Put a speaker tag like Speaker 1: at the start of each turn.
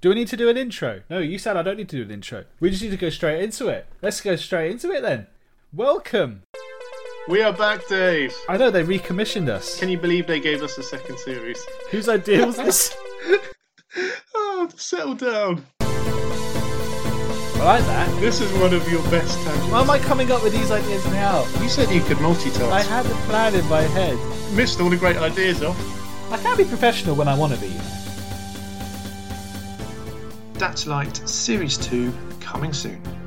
Speaker 1: Do we need to do an intro? No, you said I don't need to do an intro. We just need to go straight into it. Let's go straight into it then. Welcome.
Speaker 2: We are back, Dave.
Speaker 1: I know they recommissioned us.
Speaker 2: Can you believe they gave us a second series?
Speaker 1: Whose idea was this?
Speaker 2: Oh, settle down.
Speaker 1: I like that.
Speaker 2: This is one of your best tangents.
Speaker 1: Why am I coming up with these ideas now?
Speaker 2: You said you could multitask.
Speaker 1: I had a plan in my head.
Speaker 2: missed all the great ideas off.
Speaker 1: I can't be professional when I want to be.
Speaker 2: That's Light Series 2 coming soon.